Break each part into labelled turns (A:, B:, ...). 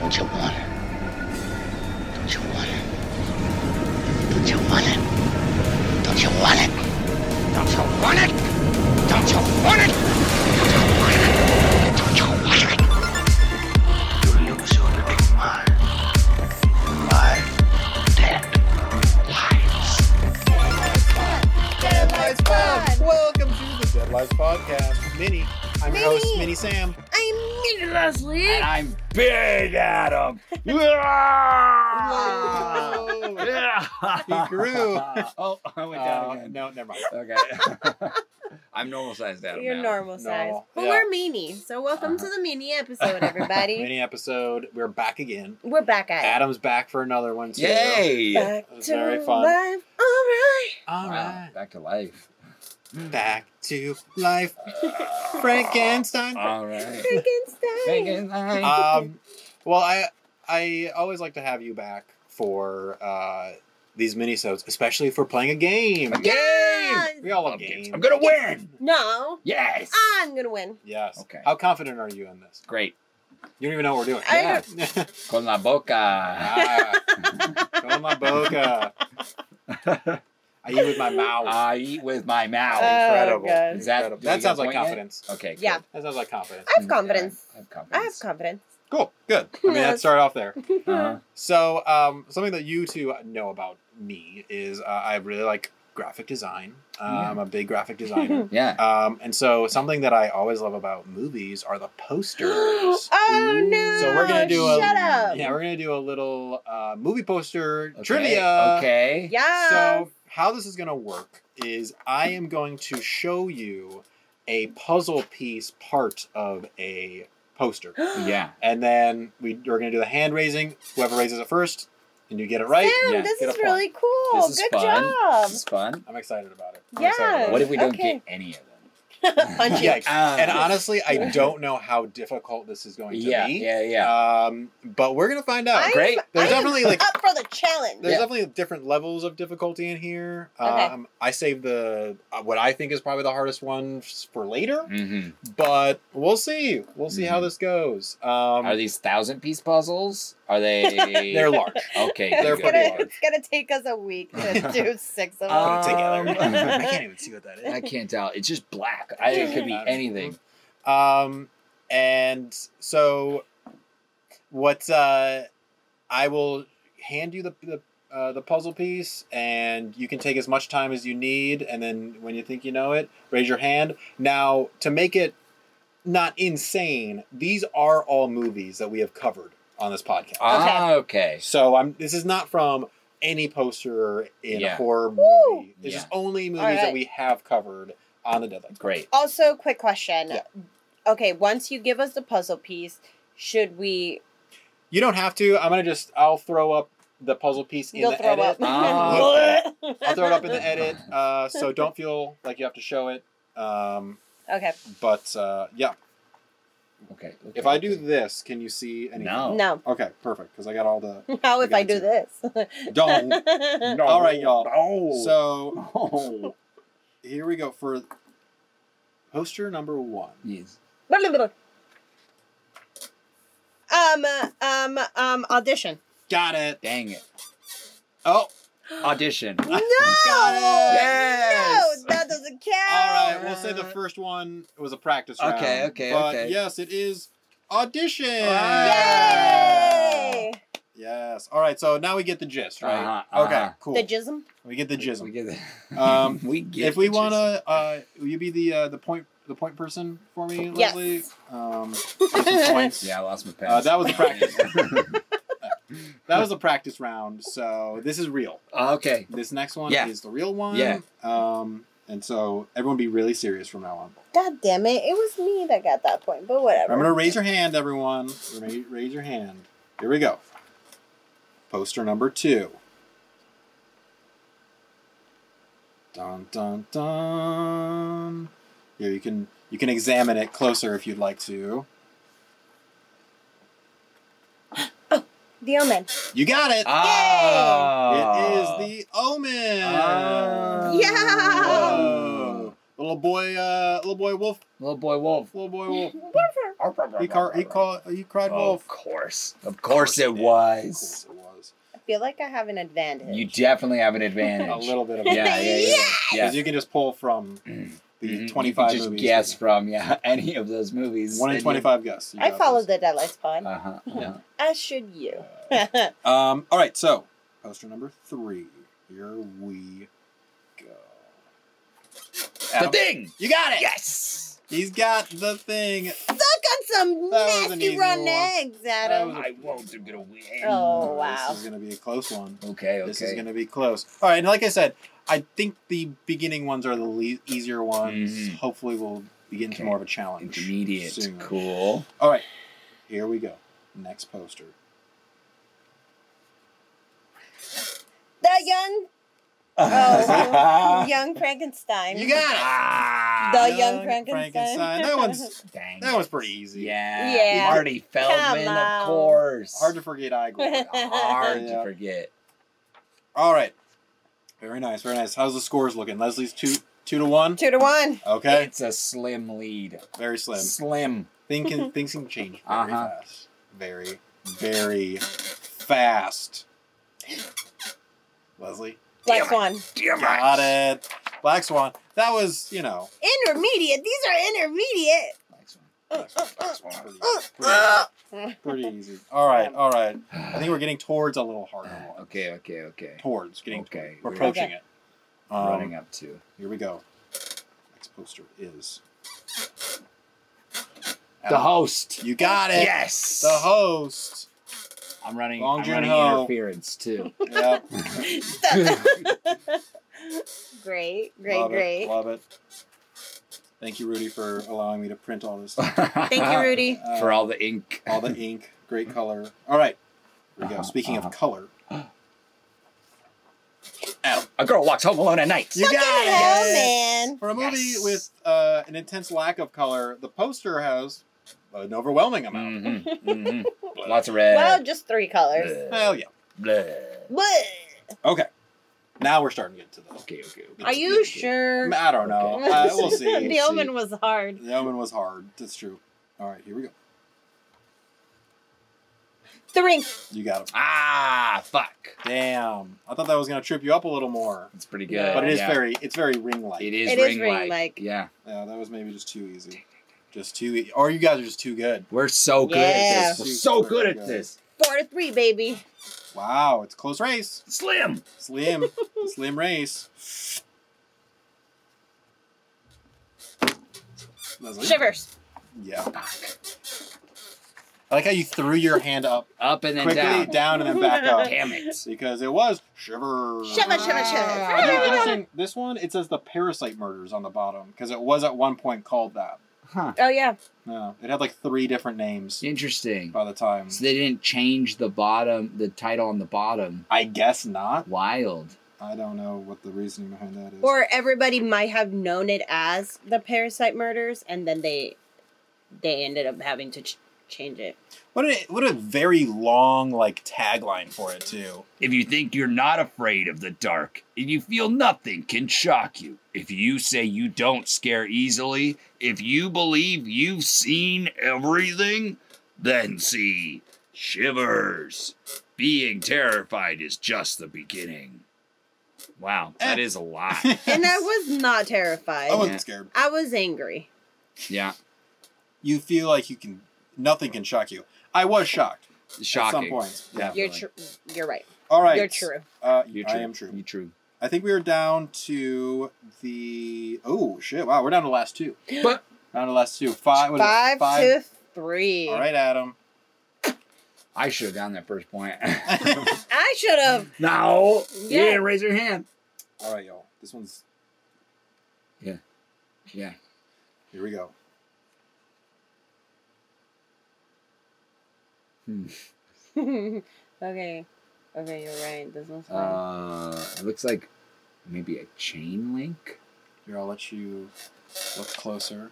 A: Don't you want it? Don't you want it? Don't you want it? Don't you want it? Don't you want it? Don't you want it? Don't you want it? Don't you want it? You lose your little mind. Five, ten lives.
B: Dead Lives Pod.
C: Welcome to the Dead Lives Podcast. Minnie, I'm your host,
B: Minnie.
C: Minnie Sam.
B: I'm Minnie Leslie.
D: I'm big Adam.
C: Oh Whoa. He grew.
D: oh, I went down
C: Uh,
D: again.
C: no, never mind.
D: Okay. I'm normal sized Adam.
B: You're
D: now.
B: normal size.
C: No.
B: But
C: Yeah.
B: we're Meanie. So welcome to the Meanie episode, everybody.
C: Mini episode. We're back again.
B: we're back at it.
C: Adam's back for another one. Too.
D: Yay!
B: Back
C: That was
B: to
C: very fun.
B: life. All right.
C: All
D: Wow,
C: right.
D: Back to life.
C: Back to life. Frankenstein.
D: All right.
B: Frankenstein.
C: Um, well, I I always like to have you back for uh, these minisodes, especially if we're playing a game.
D: A game!
B: Yes.
C: We all love
D: Love games.
C: games.
D: I'm gonna win.
B: No,
D: Yes.
B: I'm going to win.
C: Yes.
D: Okay.
C: How confident are you in this?
D: Great.
C: You don't even know what we're doing.
B: I
D: Yeah. Con la boca.
C: Ah, Con la boca. I eat with my mouth.
D: I eat with my mouth.
B: Uh,
C: incredible.
B: God.
D: Is that-
C: Incredible.
D: Ah. do we
C: That
D: get
C: sounds like
D: point yet?
C: confidence.
D: okay. cool. Mm,
B: Yeah.
C: That sounds like confidence.
B: I have confidence.
D: I have
B: I have
D: confidence.
B: confidence.
C: Cool. Good. I mean, let's start off there.
D: Uh-huh.
C: So, um, something that you two know about me is uh, I really like graphic design. Um,
D: Yeah.
C: I'm a big graphic designer.
D: Yeah.
C: um, and so, something that I always love about movies are the posters.
B: oh, no.
C: So we're gonna do a-
B: Shut up.
C: yeah, we're going to do a little uh, movie poster
D: Okay,
C: trivia.
D: Okay.
B: Yeah.
C: So, how this is going to work is I am going to show you a puzzle piece part of a poster.
D: Yeah.
C: And then we, we're going to do the hand raising. Whoever raises it first, and you get it right.
B: Sam,
D: yeah,
B: this
C: get
B: is
C: a point.
B: really cool.
D: This is
B: Oh, Good
D: fun.
B: job.
D: This is fun.
C: I'm excited about it. I'm
B: Yeah.
C: excited about
D: What if we don't
B: Okay.
D: get any of them?
C: it.
B: Punch you.
C: Yikes.
D: Ah.
C: and honestly, I don't know how difficult this is going to
D: Yeah,
C: be.
D: yeah, yeah.
C: Um, but we're going to find out.
B: I'm-
D: Uh, Great.
C: There's
B: I am
C: definitely like
B: up for the challenge.
C: There's
D: Yeah.
C: definitely different levels of difficulty in here.
B: Okay.
C: Um, I saved the uh, what I think is probably the hardest one f- for later,
D: hmm
C: but we'll see. We'll see how
D: Mhm.
C: this goes. Um,
D: Are these thousand piece puzzles? Are they?
C: they're large.
D: okay.
C: they're
B: it's,
D: good.
B: gonna,
C: pretty large.
B: it's gonna take us a week to do six of them.
D: Uh,
C: together.
B: Um,
C: I can't even see what that
D: I
C: is.
D: can't tell. It's just black. I, it could be anything.
C: Um, and so what? Uh, I will hand you the. the uh, the puzzle piece, and you can take as much time as you need. And then, when you think you know it, raise your hand. Now, to make it not insane, these are all movies that we have covered on this podcast.
D: Ah, okay.
C: So I'm. This is not from any poster in
D: Yeah.
C: horror
B: Woo!
C: movie. This is
D: Yeah.
C: only movies
B: Alright.
C: that we have covered on the deadline.
D: Great.
B: also, quick question.
C: Yeah.
B: Okay, once you give us the puzzle piece, should we?
C: You don't have to. I'm gonna just. I'll throw up the puzzle piece in
B: You'll
C: the
B: throw
C: edit.
B: up.
D: Ah,
C: I'll throw it up in the edit. Uh, so don't feel like you have to show it. Um,
B: Okay.
C: but uh, yeah,
D: Okay. okay,
C: if I do
D: okay.
C: this, can you see anything?
D: No.
B: No.
C: Okay, perfect. Because I got all the.
B: How if
C: You
B: I
C: got
B: do
C: to.
B: this?
C: Don't.
D: No.
C: All right, y'all.
D: No.
C: So
D: Oh.
C: here we go for poster number one.
D: Yes.
B: um. uh, Um. Um. Audition.
C: Got it.
D: Dang it.
C: Oh,
D: Audition.
B: No.
C: Got it.
D: Yes.
B: No, that doesn't count.
C: All right, we'll say the first one was a practice round.
D: Uh, Okay, okay,
C: but
D: okay.
C: Yes, it is audition.
D: Wow.
B: Yay!
C: Yes. All right, so now we get the gist, right?
D: Uh-huh, uh-huh.
C: Okay, cool.
B: The jism.
C: we get the jism.
D: We get the,
C: Um,
D: we get
C: if we
D: the jism.
C: want to, uh, will you be the uh, the point the point person for me,
B: Yes.
C: Leslie? Um, get some points.
D: Yeah, I lost my pen.
C: Uh, that was a practice. that was a practice round, so this is real.
D: okay.
C: This next one
D: Yeah.
C: is the real one.
D: Yeah.
C: Um, and so everyone be really serious from now on.
B: God damn it! It was me that got that point, but whatever.
C: I'm gonna raise your hand, everyone. Ra- Raise your hand. Here we go. Poster number two. Dun dun dun. Here you can you can examine it closer if you'd like to.
B: The Omen.
C: You got it.
D: Ah.
C: It is the Omen.
D: Ah.
B: Yeah.
C: Whoa. Little boy, uh, little boy wolf,
D: Little boy wolf.
C: little boy wolf. He car, he call, he cried
D: Oh,
C: wolf.
D: of course. Of course it
C: did.
D: was.
C: Of course it was.
B: I feel like I have an advantage.
D: You definitely have an
C: A
D: advantage.
C: little bit of
D: Yeah, yeah, yeah. yeah.
C: Because you can just pull from the
D: Mhm. You could
C: 25
D: just
C: movies.
D: guess from yeah any of those movies.
C: One in
D: and you-
C: 25 guess. You
B: I
C: got
B: follow
C: this.
B: the Deadlight Spawn,
D: Uh-huh. Yeah.
B: as should you.
C: Um, all right, so poster number three. Here we go.
D: The
C: Adam,
D: thing.
C: you got it.
D: Yes.
C: He's got the thing.
B: Suck on some
C: That was an
B: nasty
C: easy
B: raw
C: one.
B: eggs, Adam.
C: was-
D: I won't do gonna win.
B: Oh, wow.
C: This is gonna be a close one.
D: Okay. Okay.
C: This is gonna be close. All right, and like I said, I think the beginning ones are the le- easier ones.
D: Mhm.
C: Hopefully, we'll begin
D: Okay.
C: to more of a challenge.
D: Intermediate.
C: Soon.
D: Cool.
C: All right, here we go. Next poster.
B: The young,
D: Ah!
B: Oh. young Frankenstein.
C: You got it.
B: The Young Frankenstein.
C: Ah, That one's
D: Dang.
C: that one's pretty easy.
D: Yeah.
B: Yeah.
D: Marty Feldman,
B: Come
D: of
B: on.
D: course.
C: Hard to forget Igor.
D: Hard to
C: Yeah.
D: forget.
C: All right. Very nice, very nice. How's the scores looking? Leslie's two two to one.
B: Two to one.
C: Okay,
D: It's a slim lead.
C: very slim.
D: Slim.
C: Things can things can change very
D: Uh-huh.
C: fast. Very, very fast. Leslie,
B: Black
D: Damn it.
B: Swan.
D: Damn
C: got it. Black Swan. That was you know.
B: Intermediate. These are intermediate.
D: Next one.
C: Pretty, pretty, pretty easy. All right, all right. I think we're getting towards a little harder one.
D: okay, okay, okay.
C: Towards getting.
D: Okay,
C: We're
D: we're-
C: approaching
B: Okay.
C: it. Um,
D: Running up to.
C: Here we go. Next poster is.
D: The host.
C: You got it.
D: Yes.
C: The host.
D: I'm running,
C: Bong
D: I'm running
C: Joon-ho.
D: interference too.
C: Yep.
B: great, great,
C: Love
B: great.
C: It. Love it. Thank you, Rudy, for allowing me to print all this.
B: Thank you, Rudy.
C: Uh,
D: For all the ink.
C: all the ink. Great color. All right. Here we go.
D: Uh-huh,
C: Speaking
D: uh-huh.
C: of color.
D: A girl walks home alone at night.
C: You got
B: Hell,
C: it.
B: man.
C: For a movie
D: Yes.
C: with uh, an intense lack of color, the poster has an overwhelming amount.
D: hmm mm-hmm. Lots of red.
B: Well, just three colors.
D: Bleh,
C: Well, yeah.
D: bleh.
B: Bleh.
C: Okay. Now we're starting to get to the.
D: Okay, okay, okay.
B: Are you sure?
C: I don't know.
D: Okay.
C: Uh, we'll see.
B: the omen was hard.
C: The omen was hard. That's true. All right, here we go.
B: The ring.
C: You got it.
D: Ah, fuck.
C: Damn. I thought that was gonna trip you up a little more,
D: It's pretty
B: Yeah.
D: good.
C: but it is
D: yeah.
C: very, it's very ring like.
D: It is
B: It is
D: ring light.
B: ring-like.
D: Yeah.
C: Yeah, that was maybe just too easy. Just too. E- or you guys are just too good.
D: We're so good
B: Yeah.
D: at this. We're so good at this.
B: Four to three, baby.
C: Wow, it's close race.
D: Slim.
C: Slim, slim race. Leslie?
B: Shivers.
C: Yeah. I like how you threw your hand up
D: Up and then
C: quickly
D: down.
C: down. and then back up
D: Damn it.
C: because it was shiver.
B: Shiver, shiver, shiver.
C: I think it's interesting, This one, it says the parasite murders on the bottom because it was at one point called that.
D: Huh.
B: Oh, yeah.
C: No, it had like three different names
D: Interesting.
C: by the time.
D: So they didn't change the bottom, the title on the bottom.
C: I guess not.
D: Wild.
C: I don't know what the reasoning behind that is.
B: Or everybody might have known it as the Parasite Murders, and then they they ended up having to ch- change it.
C: what a what a very long like tagline for it too.
E: If you think you're not afraid of the dark, if you feel nothing can shock you, if you say you don't scare easily, if you believe you've seen everything, then see shivers. Being terrified is just the beginning. Wow, that
C: Eh.
E: is a lot.
B: And I was not terrified.
C: I wasn't scared.
B: I was angry.
D: Yeah.
C: You feel like you can nothing can shock you. I was shocked
D: Shocking.
C: at some points. Yeah.
B: You're tr- you're right.
C: All right.
B: You're true.
C: Uh,
D: You're
C: I
D: true.
C: am true.
D: You're true.
C: I think we are down to the oh shit! Wow, we're down to the last two.
D: But-
C: down to the last two. Five. what is it?
B: Five,
C: Five.
B: to three.
C: All right, Adam.
D: I should have gotten that first point.
B: I should have.
D: no. You
B: Yeah.
D: didn't raise your hand.
C: All right, y'all. This one's
D: Yeah.
C: here. We go.
B: okay. Okay, you're right. This one's fine.
D: Uh, it looks like maybe a chain link
C: Here, I'll let you look closer.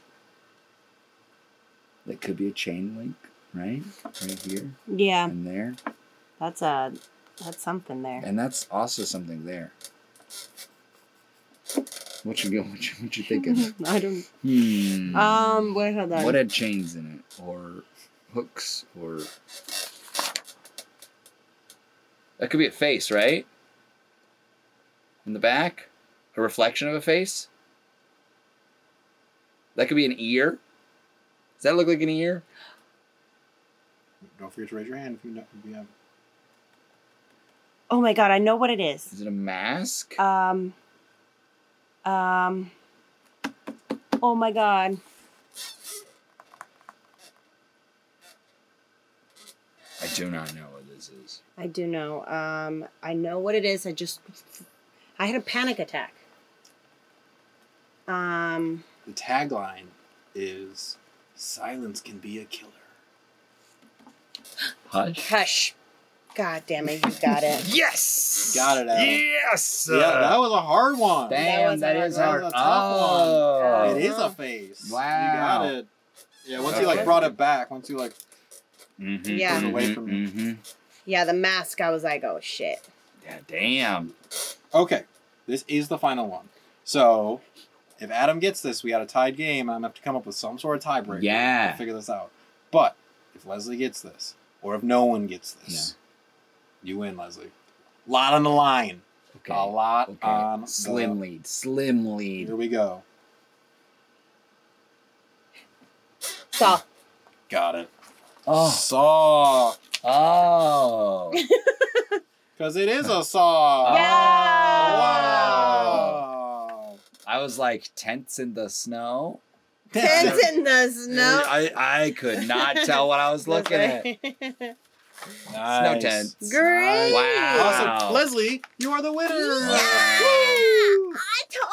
D: that could be a chain link right right here
B: yeah,
D: and there
B: that's a that's something there.
D: and that's also something there else? What you go? What you, what you thinking?
B: I don't.
D: hmm.
B: Um, wait, hold on.
D: what had chains in it, or hooks, or that could be a face, right? In the back, a reflection of a face. That could be an ear. Does that look like an ear?
C: Don't forget to raise your hand if you, know, if you have.
B: oh my god, I know what it is.
D: Is it a mask?
C: Uh,
B: Um, um. Oh my god.
D: I do not know what this is.
B: I do know. Um, I know what it is. I just, I had a panic attack. Um,
C: The tagline is "Silence can be a killer."
D: Hush.
B: hush. God damn it, you got it.
E: Yes.
C: Got it, Adam.
E: Yes.
D: uh,
C: yeah, that was a hard one.
D: Damn,
B: That
D: that
B: was
D: is
C: hard.
D: hard.
C: That was a
D: Oh,
C: It is a face.
D: Wow.
C: You got it. Yeah, once you like
D: Okay.
C: brought it back, once you like
D: Mm-hmm,
E: Mhm,
B: Yeah.
C: It was away from you.
D: hmm
B: Yeah, the mask. I was like, oh shit.
E: Yeah, damn.
C: Okay, this is the final one. So, if Adam gets this, we got a tied game, and I'm gonna have to come up with some sort of tiebreaker.
D: Yeah.
C: to figure this out. But if Leslie gets this, or if no one gets this, you win, Leslie. Lot on the line.
D: Okay.
C: A lot
D: okay.
C: on
D: slim
C: the.
D: lead. Slim lead.
C: Here we go.
B: Saw.
C: Got it.
D: Oh.
C: Saw,
D: Oh.
C: because it is a saw.
B: Yeah.
D: Wow.
C: Wow.
D: I was like tents in the snow.
B: Tens in the snow.
D: I, I could not tell what I was looking at.
C: Nice.
D: Snow tents.
B: Great.
D: Wow.
C: Awesome, Leslie, you are the winner.
B: I told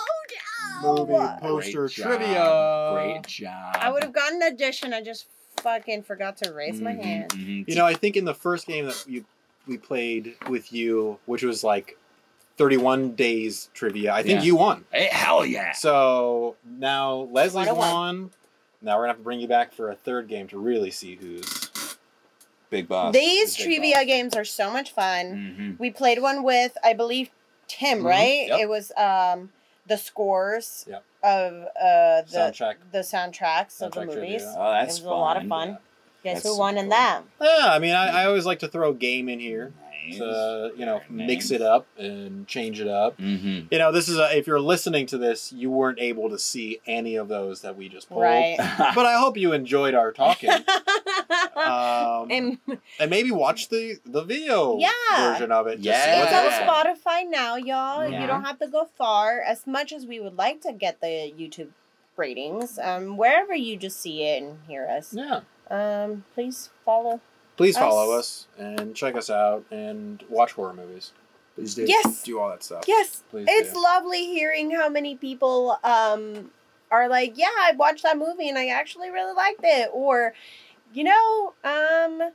C: Movie
B: you.
C: poster
D: Great job.
C: trivia.
D: Great job.
B: I would have gotten an addition. I just fucking forgot to raise my
C: Mm-hmm.
D: Mhm,
B: hand.
E: Mhm.
C: You know, I think in the first game that you we played with you, which was like 31 days trivia, I think
D: Yeah.
C: you won.
E: Hey, hell yeah.
C: So now Leslie's
B: One to one.
C: won. Now we're gonna have to bring you back for a third game to really see who's big boss.
B: These
C: is big
B: trivia
C: boss.
B: games are so much fun.
C: Mm.
D: Mm-hmm.
E: Mhm.
B: We played one with, I believe, Tim,
C: Mhm,
B: right?
C: yep.
B: It was um, the scores
C: Yep.
B: of uh, the
C: soundtrack.
B: the soundtracks of the
C: Soundtrack trivia.
B: movies.
D: Oh,
B: It
D: that's
B: was a lot of fun. Guess who won in that?
C: Yeah, I mean, I, I always like to throw game in here
D: Nice.
C: to you know
D: Nice.
C: mix it up and change it up.
D: Mm-hmm.
C: You know, this is a, if you're listening to this, you weren't able to see any of those that we just pulled.
B: Right.
C: But I hope you enjoyed our talking. um, and,
B: And
C: maybe watch the the video
B: Yeah.
C: version of it. to see
D: Yeah.
C: what's
B: it's on
C: up.
B: Spotify now, y'all. You
D: Yeah.
B: don't have to go far. As much as we would like to get the YouTube ratings, um, wherever you just see it and hear us,
C: Yeah.
B: um, please follow.
C: Please
B: Us.
C: follow us and check us out and watch horror movies. Please do.
B: Yes.
C: Do all that stuff.
B: Yes,
C: Please
B: It's
C: do.
B: lovely hearing how many people um, are like, yeah, I watched that movie and I actually really liked it. Or, you know, um,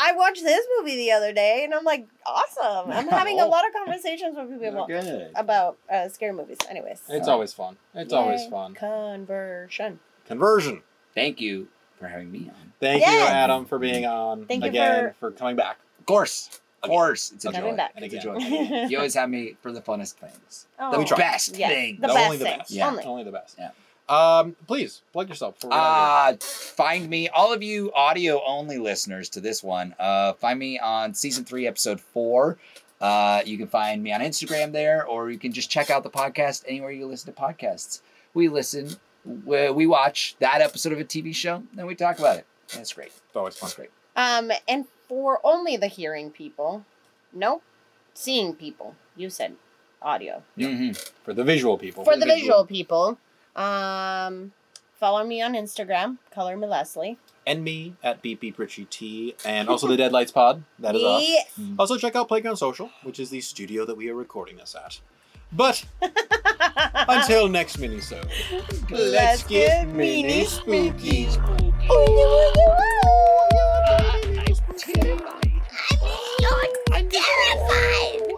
B: I watched this movie the other day and I'm like, awesome. I'm having a lot of conversations with people
D: Good.
B: about uh, scary movies. Anyways,
C: It's always fun. It's always
B: Yay.
C: fun.
B: Conversion.
C: Conversion.
D: Thank you for having me on.
C: Thank you,
B: Yes.
C: Adam, for being on
B: Thank you
C: again for... coming back. Of course.
D: Of course, it's a
B: Coming
D: joy.
B: back.
D: It's a
C: Again.
D: joy. you always have me for the funnest things.
B: Oh.
D: The
C: We try.
D: best
B: Yes.
D: thing.
B: The
C: only
B: best
C: the
B: thing.
C: best.
D: Yeah.
B: Only.
C: Only the best.
D: Yeah.
C: Um, please plug yourself. before we get out of
D: Uh, find me, all of you audio only listeners to this one, uh, find me on season three, episode four. Uh, you can find me on Instagram there, or you can just check out the podcast anywhere you listen to podcasts. We listen, we, we watch that episode of a TV show, then we talk about it. And it's great.
C: here. It's always fun.
D: It's great.
B: Um, and for only the hearing people, nope, seeing people. You said audio.
D: Mhm.
C: For the visual people.
B: for the visual people. Um, follow me on Instagram, color me Leslie.
C: And me at Beep Beep Richie T. And also the Deadlights Pod. That is us.
B: Ye-
C: Also, check out Playground Social, which is the studio that we are recording this at. But
B: Uh,
C: until next minisode,
B: Let's get mini spooky. Ooh, ooh, ooh, ooh.